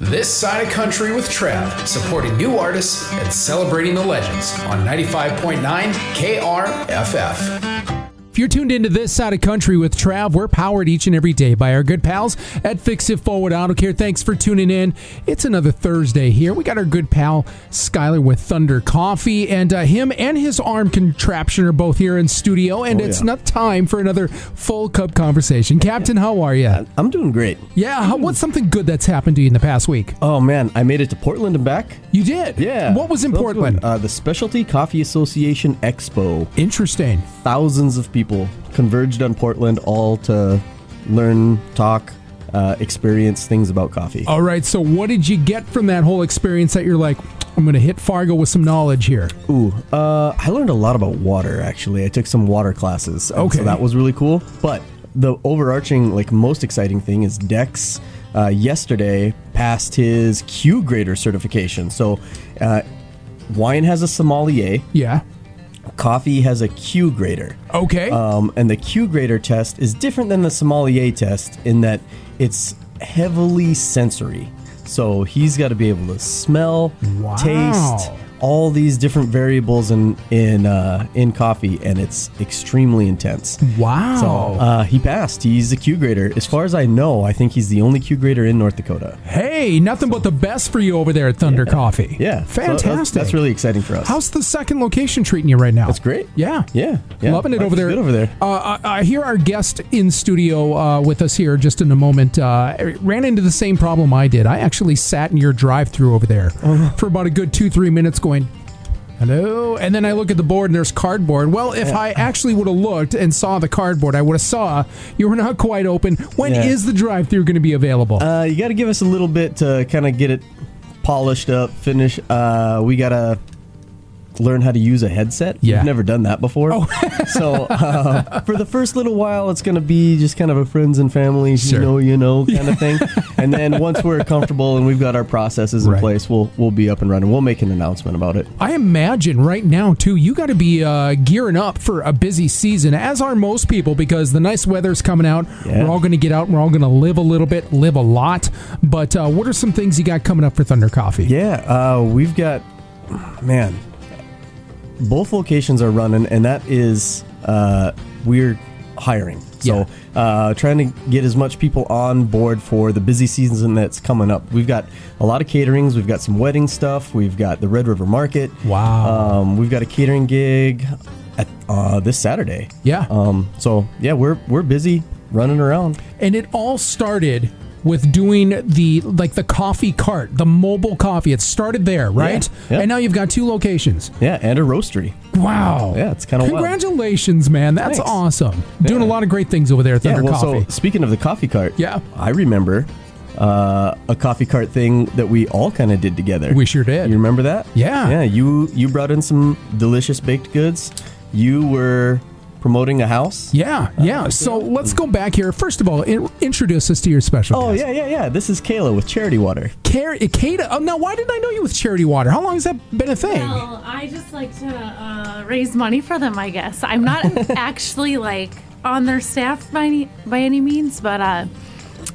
This side of country with Trav, supporting new artists and celebrating the legends on 95.9 KRFF. If you're tuned into this side of country with Trav, we're powered each and every day by our good pals at Fix It Forward Auto Care. Thanks for tuning in. It's another Thursday here. We got our good pal Skyler with Thunder Coffee, and uh, him and his arm contraption are both here in studio. And Oh, it's yeah. enough time for another full cup conversation. Captain, how are you? I'm doing great. Yeah, how, what's something good that's happened to you in the past week? Oh man, I made it to Portland and back. You did. Yeah. What was in That good. Portland? Uh, the Specialty Coffee Association Expo. Interesting. Thousands of people converged on Portland, all to learn, talk, uh, experience things about coffee. All right, so what did you get from that whole experience that you're like, I'm going to hit Fargo with some knowledge here? Ooh, uh, I learned a lot about water actually. I took some water classes. and Okay. so that was really cool. But the overarching, like, most exciting thing is Dex. Uh, yesterday, passed his Q grader certification. So, uh, wine has a sommelier. Yeah. Coffee has a Q grader. Okay. Um, and the Q grader test is different than the sommelier test in that it's heavily sensory. So he's got to be able to smell, Wow. taste, all these different variables in in uh, in coffee, and it's extremely intense. wow. So uh, he passed. He's a Q grader. As far as I know, I think he's the only Q grader in North Dakota. hey, nothing but the best for you over there at Thunder Coffee. Yeah, So uh, that's- Fantastic. that's really exciting for us. How's the second location treating you right now? That's great. Yeah. Yeah, yeah. Loving it Life over is there. good over there. Uh, I, I hear our guest in studio uh, with us here just in a moment uh, ran into the same problem I did. I actually sat in your drive through over there Oh. for about a good two, three minutes going, hello. And then I look at the board and there's cardboard. Well, if I actually would have looked and saw the cardboard, I would have saw you were not quite open. When is Yeah. the drive through going to be available? Uh, you got to give us a little bit to kind of get it polished up, finish. Uh, we got to learn how to use a headset. Yeah. Oh. We've never done that before. so uh, for the first little while, it's going to be just kind of a friends and family, Sure. you know, you know kind of thing. and then once we're comfortable and we've got our processes in Right. place, we'll we'll be up and running. We'll make an announcement about it. I imagine right now too, you got to be uh, gearing up for a busy season, as are most people, because the nice weather's coming out. Yeah. We're all going to get out, and we're all going to live a little bit, live a lot. But uh, what are some things you got coming up for Thunder Coffee? Yeah, uh, we've got, man, both locations are running, and that is uh, we're hiring. So uh, trying to get as much people on board for the busy season that's coming up. We've got a lot of caterings. We've got some wedding stuff. We've got the Red River Market. Wow. Um, we've got a catering gig at, uh, this Saturday. Yeah. Um, so yeah, we're we're busy running around. and it all started with doing the like the coffee cart, the mobile coffee. It started there, right? yeah. And now you've got two locations. Yeah, and a roastery. Wow. Yeah, it's kinda wild. Congratulations, man. That's Thanks. awesome. Doing a lot of great things over there at Thunder Coffee. So speaking of the coffee cart, Yeah. I remember uh, a coffee cart thing that we all kind of did together. We sure did. You remember that? Yeah. yeah. You you brought in some delicious baked goods. You were promoting a house. Yeah, yeah. So let's go back here. First of all, in, introduce us to your special. Oh guest. yeah, yeah, yeah. This is Kayla with Charity Water. Car- Ikeda. Oh, now, why did I know you with Charity Water? How long has that been a thing? Well, I just like to uh, raise money for them, I guess. I'm not actually like on their staff by any, by any means, but uh,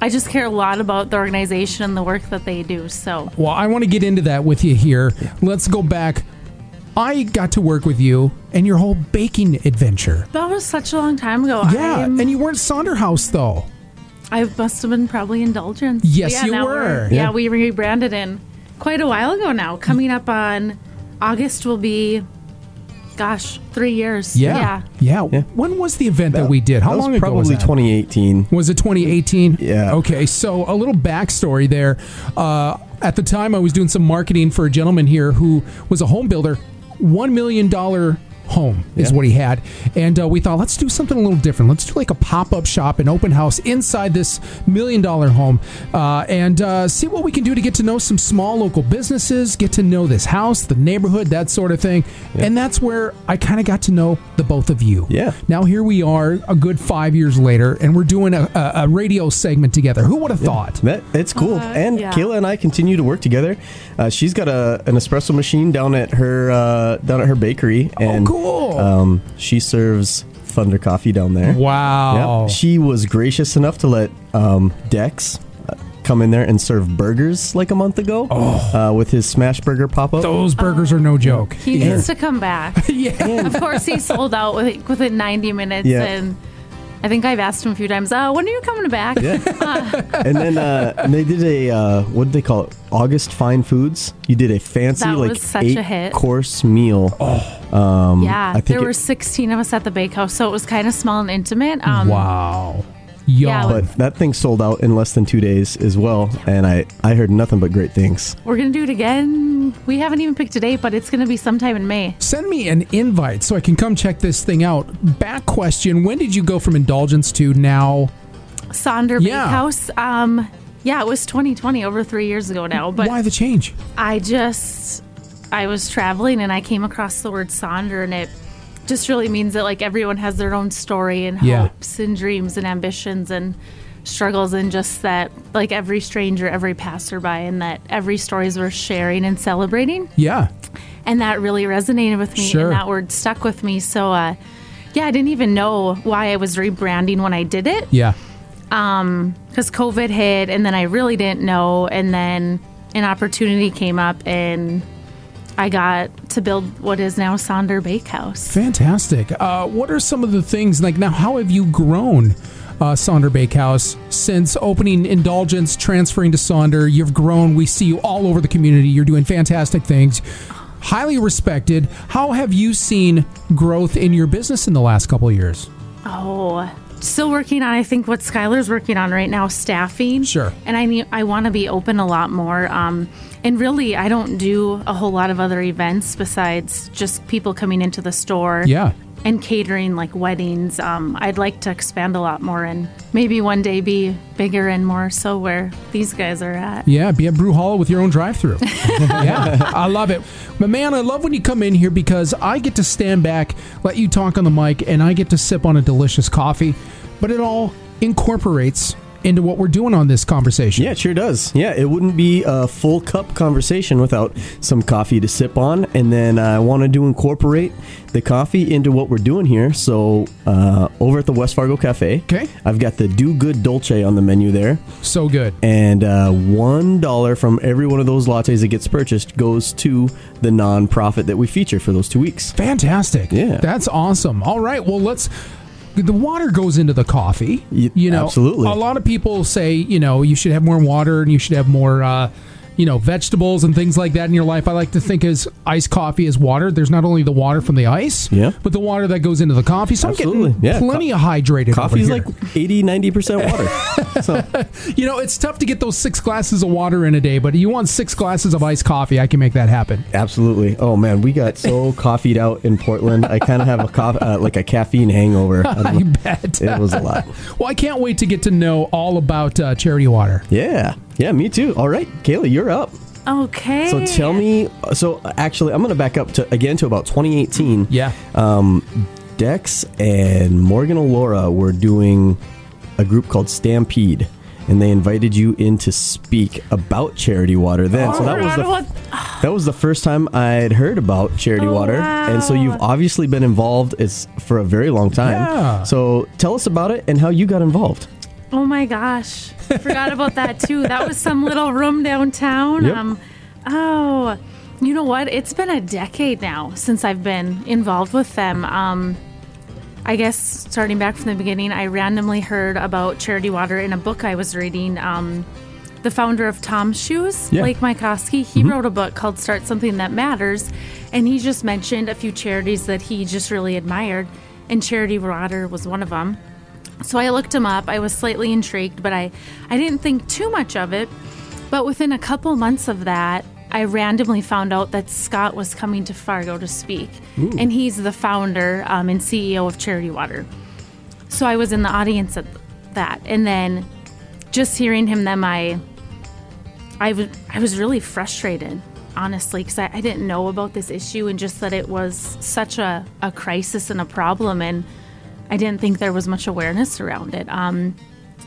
I just care a lot about the organization and the work that they do. So, Well, I want to get into that with you here. Let's go back. I got to work with you and your whole baking adventure. that was such a long time ago. Yeah, I'm- and you weren't Sonderhaus though. I must have been probably indulgent. Yes, But you now were. we're- Yeah. Yeah, we rebranded in quite a while ago now. Coming up on August will be, gosh, three years. Yeah. yeah, When was the event that, we did? How that long was ago probably was that? 2018. Was it 2018? Yeah. Okay, so a little backstory there. Uh, at the time, I was doing some marketing for a gentleman here who was a home builder, one million dollar home is Yeah. what he had, and uh, we thought let's do something a little different. Let's do like a pop up shop, an open house inside this million dollar home, uh, and uh, see what we can do to get to know some small local businesses, get to know this house, the neighborhood, that sort of thing, and that's where I kind of got to know the both of you. Yeah. Now here we are, a good five years later, and we're doing a, a, a radio segment together. Who would have thought? That it's cool. Uh, and yeah. Kayla and I continue to work together. Uh, she's got a an espresso machine down at her uh, down at her bakery. And, Oh, cool. Um, she serves Thunder Coffee down there. Wow. Yep. She was gracious enough to let um, Dex. uh, come in there and serve burgers like a month ago uh, with his smash burger pop up. Those burgers are no joke. Um, He needs to come back. Yeah. Of course, he sold out with, within 90 minutes. Yeah. And I think I've asked him a few times, oh, when are you coming back? and then uh, and they did a uh, what did they call it? August Fine Foods. You did a fancy That was like such eight a hit. course meal. yeah. Um, I think There it- were 16 of us at the bakehouse, so it was kind of small and intimate. Um, Wow. Yeah, Yawn. but- But that thing sold out in less than two days as well, and I I heard nothing but great things. We're going to do it again. We haven't even picked a date, but it's going to be sometime in May. Send me an invite so I can come check this thing out. Back question: When did you go from indulgence to now? Sonder Yeah. Bakehouse. Um, yeah, it was 2020, over three years ago now. But Why the change? I just I was traveling and I came across the word Sonder and it just really means that like everyone has their own story and Yeah. hopes and dreams and ambitions and struggles and just that like every stranger, every passerby and that every story is worth sharing and celebrating. Yeah. And that really resonated with me Sure. and that word stuck with me. So uh yeah, I didn't even know why I was rebranding when I did it Yeah. because COVID hit, and then I really didn't know, and then an opportunity came up, and I got to build what is now Sonder Bakehouse. Fantastic. Uh, what are some of the things like now? How have you grown, uh, Sonder Bakehouse, since opening Indulgence, transferring to Sonder? You've grown. We see you all over the community. You're doing fantastic things. Highly respected. How have you seen growth in your business in the last couple of years? Oh, still working on. I think what Skylar's working on right now, staffing. Sure. And I need. I want to be open a lot more. Um, and really, I don't do a whole lot of other events besides just people coming into the store. Yeah. And catering like weddings. Um, I'd like to expand a lot more and maybe one day be bigger and more so where these guys are at. Yeah, be at Brew Hall with your own drive-through. yeah, I love it, but man, I love when you come in here because I get to stand back, let you talk on the mic, and I get to sip on a delicious coffee. But it all incorporates into what we're doing on this conversation. Yeah, it sure does. Yeah, it wouldn't be a full cup conversation without some coffee to sip on. And then I wanted to incorporate the coffee into what we're doing here. So uh, over at the West Fargo Cafe, 'Kay. I've got the Do Good Dolce on the menu there. so good. And uh, $1 from every one of those lattes that gets purchased goes to the nonprofit that we feature for those two weeks. Fantastic. Yeah. That's awesome. All right. Well, let's. The water goes into the coffee. Y- you know, absolutely. A lot of people say, you know, you should have more water and you should have more, uh, you know, vegetables and things like that in your life. I like to think as iced coffee is water. There's not only the water from the ice, Yeah. but the water that goes into the coffee. So I'm Absolutely. getting Yeah. plenty Co- of hydrated. Coffee's over like here. 80, 90% water. so, you know, it's tough to get those six glasses of water in a day, but you want six glasses of iced coffee, I can make that happen. Absolutely. Oh man, we got so coffeeed out in Portland. I kind of have a coff uh, like a caffeine hangover. I don't You know. bet. It was a lot. Well, I can't wait to get to know all about uh, charity water. Yeah. Yeah, me too. All right, Kayla, you're up. Okay. So tell me. So actually, I'm going to back up to again to about 2018. Yeah. Dex and Morgan and Laura were doing a group called Stampede, and they invited you in to speak about Charity Water. Then, Oh, so that was the That was the first time I'd heard about Charity Oh, Water, and so you've wow. obviously been involved is for a very long time. Yeah. So tell us about it and how you got involved. Oh my gosh. Forgot about that too. That was some little room downtown. Yep. Um oh you know what? It's been a decade now since I've been involved with them. Um I guess starting back from the beginning, I randomly heard about Charity Water in a book I was reading. Um the founder of Tom's Shoes, Yeah. Blake Mykoski, he wrote a book called Start Something That Matters. And he just mentioned a few charities that he just really admired. And Charity Water was one of them. So I looked him up. I was slightly intrigued, but I, I didn't think too much of it. But within a couple months of that, I randomly found out that Scott was coming to Fargo to speak. And he's the founder um, and CEO of Charity Water. So I was in the audience at that. And then just hearing him, then I, I was, I was really frustrated, honestly, because I, I didn't know about this issue and just that it was such a, a crisis and a problem. And I didn't think there was much awareness around it. Um,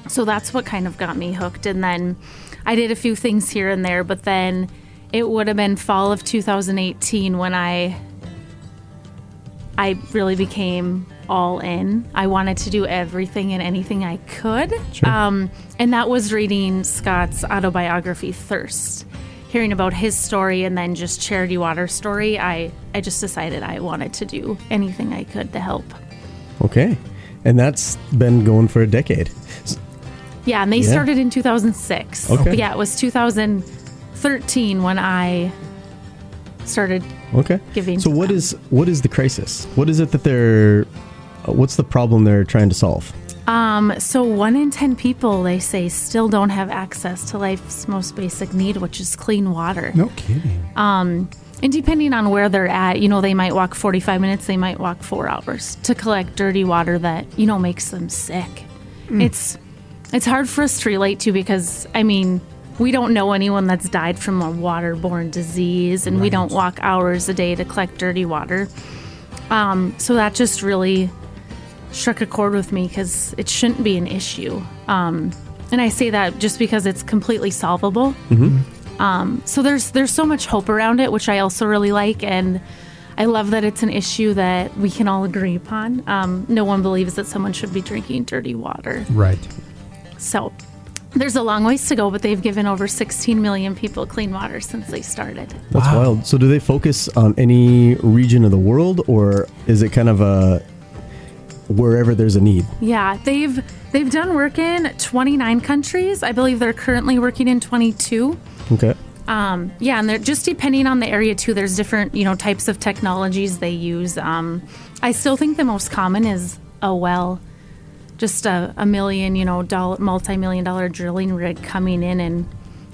so that's what kind of got me hooked. And then I did a few things here and there, but then it would have been fall of 2018 when I I really became all in. I wanted to do everything and anything I could. Um, and that was reading Scott's autobiography, Thirst. Hearing about his story and then just Charity Water story, I, I just decided I wanted to do anything I could to help. Okay. And that's been going for a decade. S- Yeah, and they Yeah. started in 2006. Okay. But yeah, it was 2013 when I started. Okay. Giving so to what them. is what is the crisis? What is it that they're uh, what's the problem they're trying to solve? Um, so one in 10 people, they say, still don't have access to life's most basic need, which is clean water. No kidding. Ah. And depending on where they're at, you know, they might walk 45 minutes, they might walk four hours to collect dirty water that, you know, makes them sick. It's it's hard for us to relate to because I mean, we don't know anyone that's died from a waterborne disease and we don't walk hours a day to collect dirty water. Um, so that just really struck a chord with me because it shouldn't be an issue. Um, and I say that just because it's completely solvable so there's there's so much hope around it, which I also really like, and I love that it's an issue that we can all agree upon. Um, no one believes that someone should be drinking dirty water, Right. so there's a long ways to go, but they've given over 16 million people clean water since they started. That's wild. So do they focus on any region of the world or is it kind of a wherever there's a need? Yeah, they've they've done work in 29 countries. I believe they're currently working in 22. Okay. Um, yeah, and they're just depending on the area too. There's different you know types of technologies they use. Um, I still think the most common is a well, just a, a million you know dollar multi-million dollar drilling rig coming in and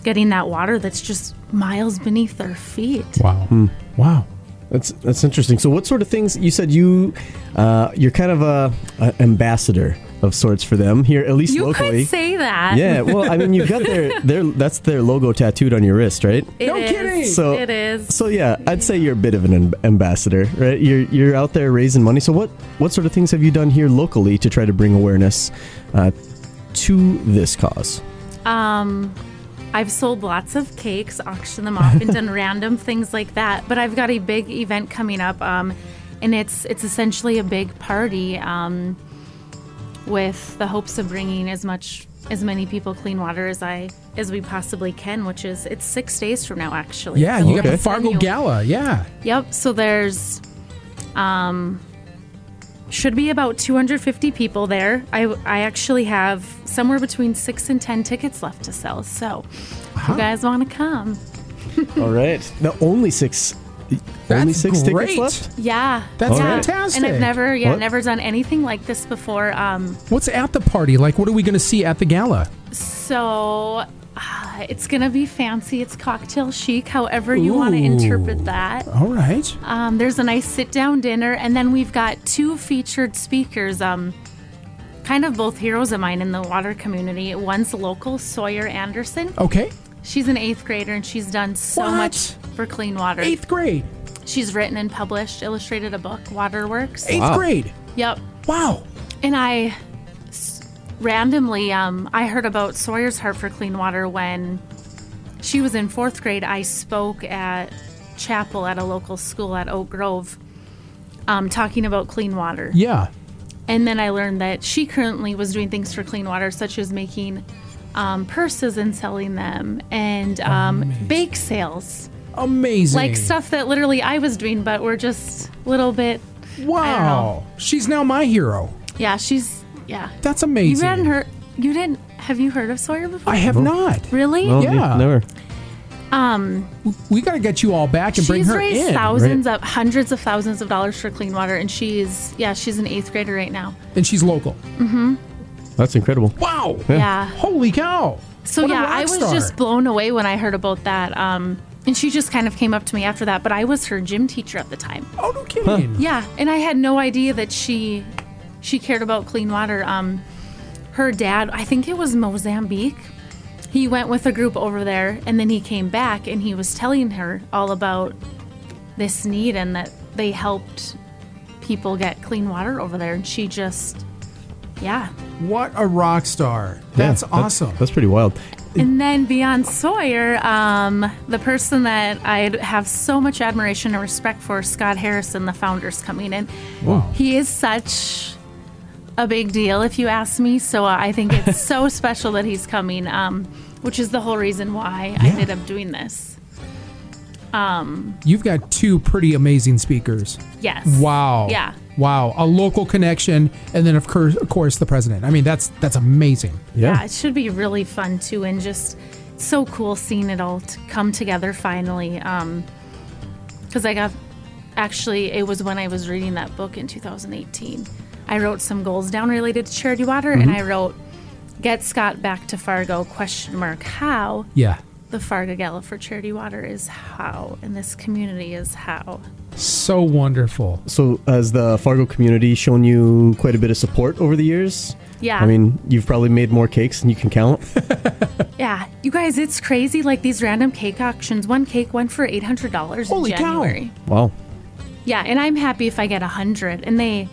getting that water that's just miles beneath their feet. Wow. Hmm. Wow. That's that's interesting. So what sort of things you said you uh, you're kind of a, a ambassador of sorts for them here at least You locally. could say that. yeah, well, I mean, you've got their their that's their logo tattooed on your wrist, right? It No is. kidding. So- it is. So yeah, I'd say you're a bit of an amb- ambassador, right? You're you're out there raising money. So what what sort of things have you done here locally to try to bring awareness uh, to this cause? Um, I've sold lots of cakes, auctioned them off, and done random things like that. But I've got a big event coming up, um, and it's it's essentially a big party um, with the hopes of bringing as much as many people clean water as I as we possibly can. Which is it's six days from now, actually. Yeah, So you got Okay. the Fargo Venue. Gala. Yeah. Yep. So there's, um, should be about 250 people there. I, I actually have somewhere between six and 10 tickets left to sell. So if you guys want to come? All right, the only six. only That's six great. tickets left. Yeah. That's yeah. fantastic. And I've never, yeah, What? never done anything like this before. Um, What's at the party? Like, what are we going to see at the gala? so. Uh, it's gonna be fancy. It's cocktail chic, however you want to Ooh. interpret that. All right. Um, there's a nice sit down dinner, and then we've got two featured speakers, um, kind of both heroes of mine in the water community. One's local, Sawyer Anderson. Okay. She's an eighth grader, and she's done so What? much for clean water. Eighth grade. She's written and published, illustrated a book, Waterworks. Eighth Wow. grade. Yep. Wow. And I s- randomly, um, I heard about Sawyer's Heart for Clean Water when she was in fourth grade. I spoke at chapel at a local school at Oak Grove, um, talking about clean water. Yeah. And then I learned that she currently was doing things for clean water, such as making um, purses and selling them, and um, bake sales, Amazing. like stuff that literally I was doing, but we're just a little bit. Wow. She's now my hero. Yeah, she's yeah. That's You amazing. hadn't heard. You didn't. Have you heard of Sawyer before? I have not. Really? Oh, Yeah. ne- never. Um, We got to get you all back and bring she's her raised in. thousands of hundreds of thousands of dollars for clean water, and she's yeah, she's an eighth grader right now. And she's local. That's incredible. Wow. Yeah. Holy cow. So What a yeah, rock I was star. just blown away when I heard about that. Um, and she just kind of came up to me after that, but I was her gym teacher at the time. Oh, no kidding. Yeah, and I had no idea that she she cared about clean water. Um, her dad, I think it was Mozambique. He went with a group over there, and then he came back, and he was telling her all about this need and that they helped people get clean water over there. And she just, yeah, What a rock star. That's Yeah, awesome. That's, pretty wild. And then beyond Sawyer, um, the person that I have so much admiration and respect for, Scott Harrison, the founder's coming in. Wow. He is such a big deal, if you ask me. So uh, I think it's so special that he's coming, um, which is the whole reason why I Yeah. ended up doing this. You've got two pretty amazing speakers. Yes. Wow. Yeah. Wow. A local connection, and then of course, of course, the president. I mean, that's that's amazing. Yeah. it should be really fun too, and just so cool seeing it all t- come together finally. Because I got actually, it was when I was reading that book in 2018. I wrote some goals down related to charity water, and Mm-hmm. I wrote, "Get Scott back to Fargo?" Question mark How Yeah. the Fargo Gala for Charity Water is how, and this community is how. So wonderful. So, has the Fargo community shown you quite a bit of support over the years? Yeah. I mean, you've probably made more cakes than you can count. Yeah, you guys, it's crazy. Like these random cake auctions. One cake went for eight hundred dollars in Holy cow. January. wow. Yeah, and I'm happy if I get a hundred. And they,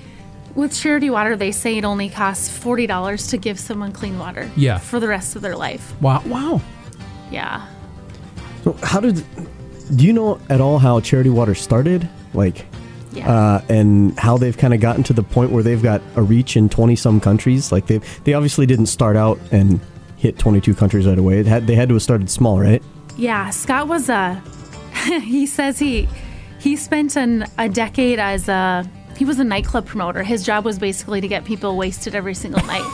with charity water, they say it only costs forty dollars to give someone clean water. Yeah. for the rest of their life. Wow. Wow. Yeah, So, how did. Do you know at all how Charity Water started? Like, yeah, uh, and how they've kind of gotten to the point where they've got a reach in 20 some countries. Like they they obviously didn't start out and hit 22 countries right away. It had, they had to have started small, right? yeah. Scott was a. he says he he spent an, a decade as a he was a nightclub promoter. His job was basically to get people wasted every single night,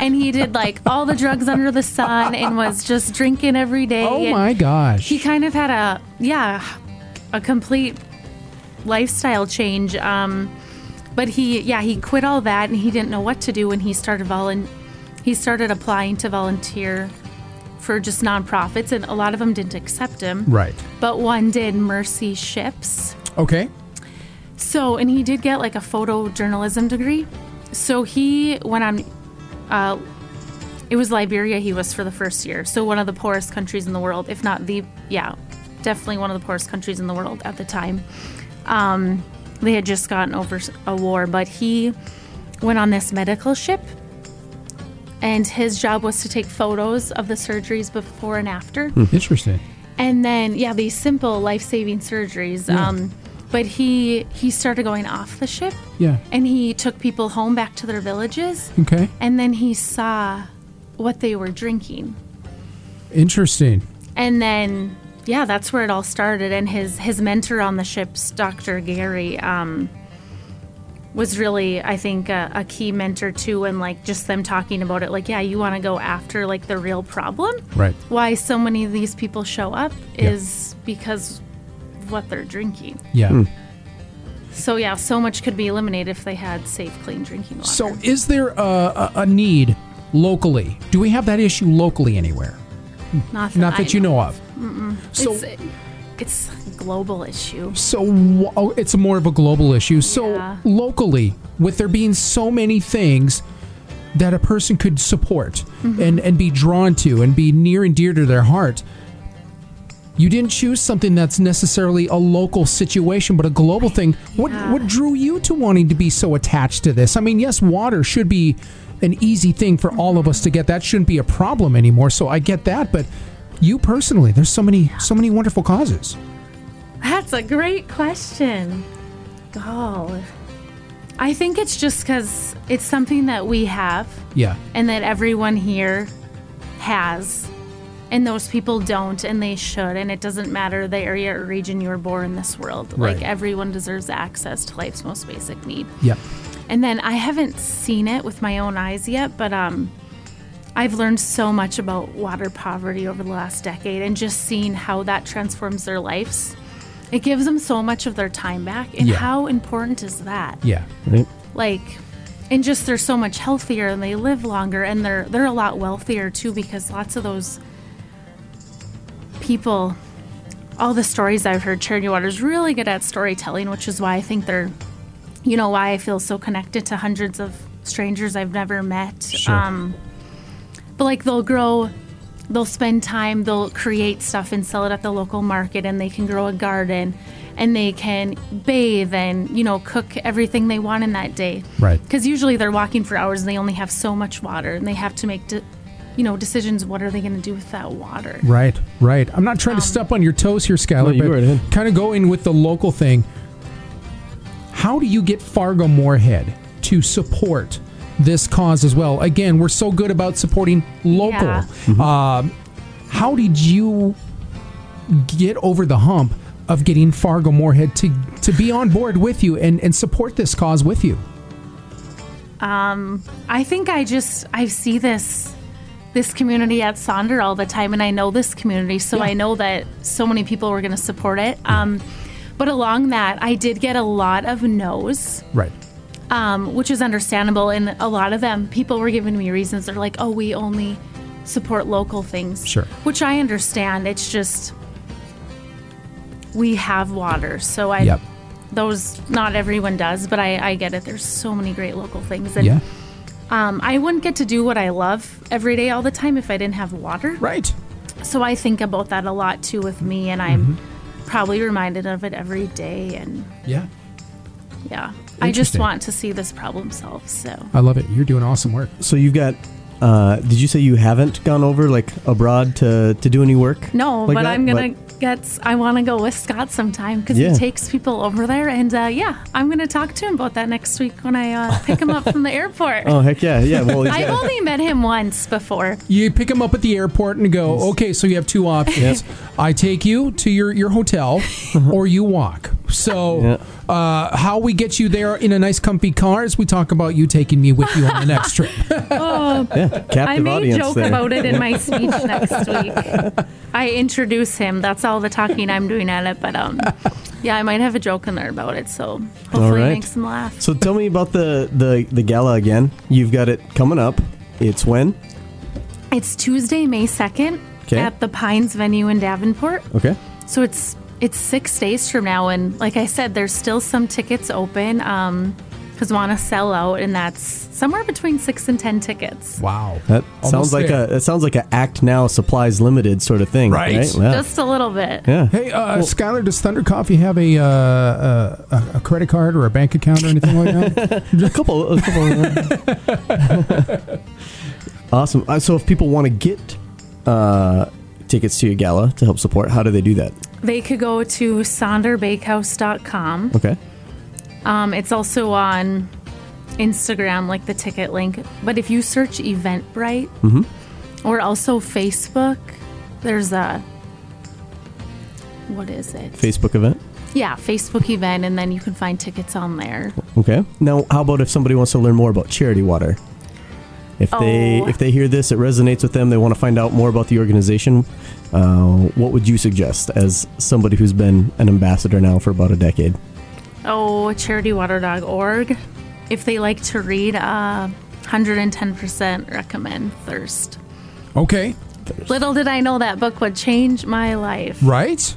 and he did like all the drugs under the sun and was just drinking every day. Oh and- my gosh. he kind of had a yeah a complete lifestyle change um but he yeah he quit all that and he didn't know what to do when he started volun he started applying to volunteer for just nonprofits and a lot of them didn't accept him Right. but one did mercy ships Okay. so, and he did get like a photojournalism degree. So he went on. Uh, it was Liberia he was for the first year. So one of the poorest countries in the world, if not the yeah, definitely one of the poorest countries in the world at the time. Um, they had just gotten over s- a war, but he went on this medical ship, and his job was to take photos of the surgeries before and after Interesting. and then yeah these simple life-saving surgeries um, but he he started going off the ship Yeah. and he took people home back to their villages Okay. and then he saw what they were drinking Interesting. and then yeah that's where it all started and his his mentor on the ship's dr gary um, was really i think a, a key mentor too and like just them talking about it like yeah you want to go after like the real problem Right. why so many of these people show up is because of what they're drinking Yeah. so yeah so much could be eliminated if they had safe clean drinking water So, is there a, a, a need locally? Do we have that issue locally anywhere? not that, Not I that you know of. So, it's, it's a global issue So wh- oh, it's more of a global issue. So Yeah. locally, with there being so many things that a person could support Mm-hmm. and and be drawn to and be near and dear to their heart, you didn't choose something that's necessarily a local situation, but a global thing. What Yeah. what drew you to wanting to be so attached to this? I mean, yes, water should be an easy thing for all of us to get. That shouldn't be a problem anymore. So I get that, but you personally, there's so many so many wonderful causes. That's a great question. Gall. I think it's just because it's something that we have Yeah. and that everyone here has. And those people don't, and they should. And it doesn't matter the area or region you were born in this world. Right. Like, everyone deserves access to life's most basic need. Yep. And then I haven't seen it with my own eyes yet, but um, I've learned so much about water poverty over the last decade and just seeing how that transforms their lives. It gives them so much of their time back. And Yeah. how important is that? Yeah. Right. Like, and just they're so much healthier and they live longer and they're they're a lot wealthier too because lots of those people all the stories I've heard Charity Water's really good at storytelling, which is why I think they're you know why I feel so connected to hundreds of strangers I've never met. Um but like they'll grow they'll spend time, they'll create stuff and sell it at the local market and they can grow a garden and they can bathe and you know cook everything they want in that day Right. because usually they're walking for hours and they only have so much water and they have to make de- you know, decisions. What are they going to do with that water? Right, right. I'm not trying to step on your toes here, Skylar, Um, you go right ahead. but kind of going with the local thing. How do you get Fargo Moorhead to support this cause as well? Again, we're so good about supporting local. Yeah. Um, how did you get over the hump of getting Fargo Moorhead to, to be on board with you and, and support this cause with you? I think I just I see this this community at Sonder all the time, and I know this community, so Yeah. I know that so many people were going to support it. Um, but along that, I did get a lot of no's, Right. um, which is understandable. And a lot of them, people were giving me reasons. They're like, "Oh, we only support local things," Sure. which I understand. It's just we have water, so I. Yep. Those not everyone does, but I, I get it. There's so many great local things, and Yeah. um, I wouldn't get to do what I love every day all the time if I didn't have water. Right. So I think about that a lot too with me, and I'm Mm-hmm. probably reminded of it every day. And Yeah. yeah, I just Interesting. want to see this problem solved. So I love it. You're doing awesome work. So you've got. Uh, did you say you haven't gone over like abroad to to do any work? no, like but that? I'm gonna get. I want to go with Scott sometime because Yeah. he takes people over there, and uh, yeah, I'm gonna talk to him about that next week when I uh, pick him up from the airport. Oh heck yeah, yeah. Well, he's I've got- only met him once before. you pick them up at the airport and go, okay, so you have two options. I take you to your, your hotel or you walk. So, uh, how we get you there in a nice, comfy car is we talk about you taking me with you on the next trip. captive I may audience joke there. about it in my speech next week. I introduce him. That's all the talking I'm doing at it. But um, yeah, I might have a joke in there about it. So hopefully right. it makes him laugh. So tell me about the, the the gala again. You've got it coming up. It's when? It's Tuesday, May second, 'Kay. at the Pines venue in Davenport. Okay. So it's it's six days from now, and like I said, there's still some tickets open. Um, because want to sell out, and that's somewhere between six and ten tickets. wow. That Almost sounds like there. a that sounds like a act now supplies limited sort of thing. Right. Right. Yeah. Just a little bit. yeah. Hey, uh, Skylar, does Thunder Coffee have a, uh, a a- a credit card or a bank account or anything like that? a couple. A couple uh, awesome. Uh, so if people want to get uh, tickets to your gala to help support, how do they do that? They could go to sonderbakehouse.com. Okay. Um, it's also on Instagram, like the ticket link. But if you search Eventbrite or also Facebook, there's a what is it? Facebook event. yeah, Facebook event, and then you can find tickets on there. Okay. Now, how about if somebody wants to learn more about Charity Water? If they Oh. if they hear this, it resonates with them. They want to find out more about the organization. Uh, what would you suggest as somebody who's been an ambassador now for about a decade? Oh, charitywater.org. If they like to read, uh, 110% recommend Thirst. okay. Little did I know that book would change my life. Right?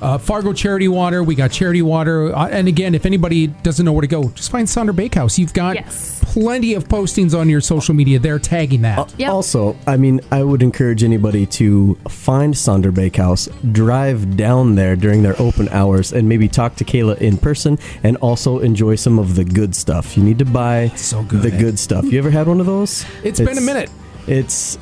Uh, Fargo Charity Water. We got Charity Water. Uh, and again, if anybody doesn't know where to go, just find Sonder Bakehouse. You've got Yes. plenty of postings on your social media. They're tagging that. Yep. Also, I mean, I would encourage anybody to find Sonder Bakehouse, drive down there during their open hours, and maybe talk to Kayla in person, and also enjoy some of the good stuff. You need to buy so good. the good stuff. You ever had one of those? It's been a minute. It's.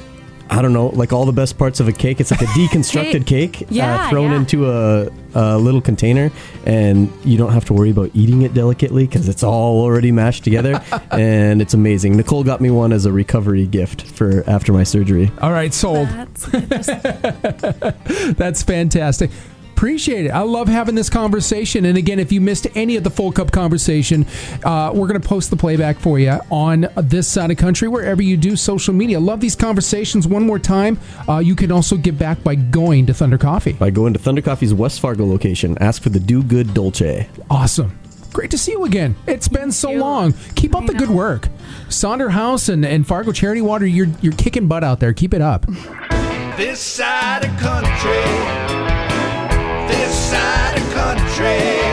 I don't know, like all the best parts of a cake. It's like a deconstructed cake uh, Yeah, thrown yeah. into a, a little container, and you don't have to worry about eating it delicately because it's all already mashed together, and it's amazing. Nicole got me one as a recovery gift for after my surgery. All right, sold. That's That's fantastic. Appreciate it. I love having this conversation. And again, if you missed any of the full cup conversation, uh, we're going to post the playback for you on this side of country, wherever you do social media. Love these conversations. One more time, uh, you can also give back by going to Thunder Coffee. By going to Thunder Coffee's West Fargo location, ask for the Do Good Dolce. Awesome. Great to see you again. It's been so you. long. Keep up I the good know. work. Sonder House and, and Fargo Charity Water, you're, you're kicking butt out there. Keep it up. This side of country. This side of country.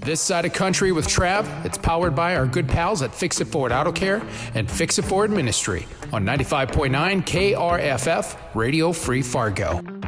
This Side of Country with Trav, it's powered by our good pals at Fix It Ford Auto Care and Fix It Ford Ministry on 95.9 KRFF, Radio Free Fargo.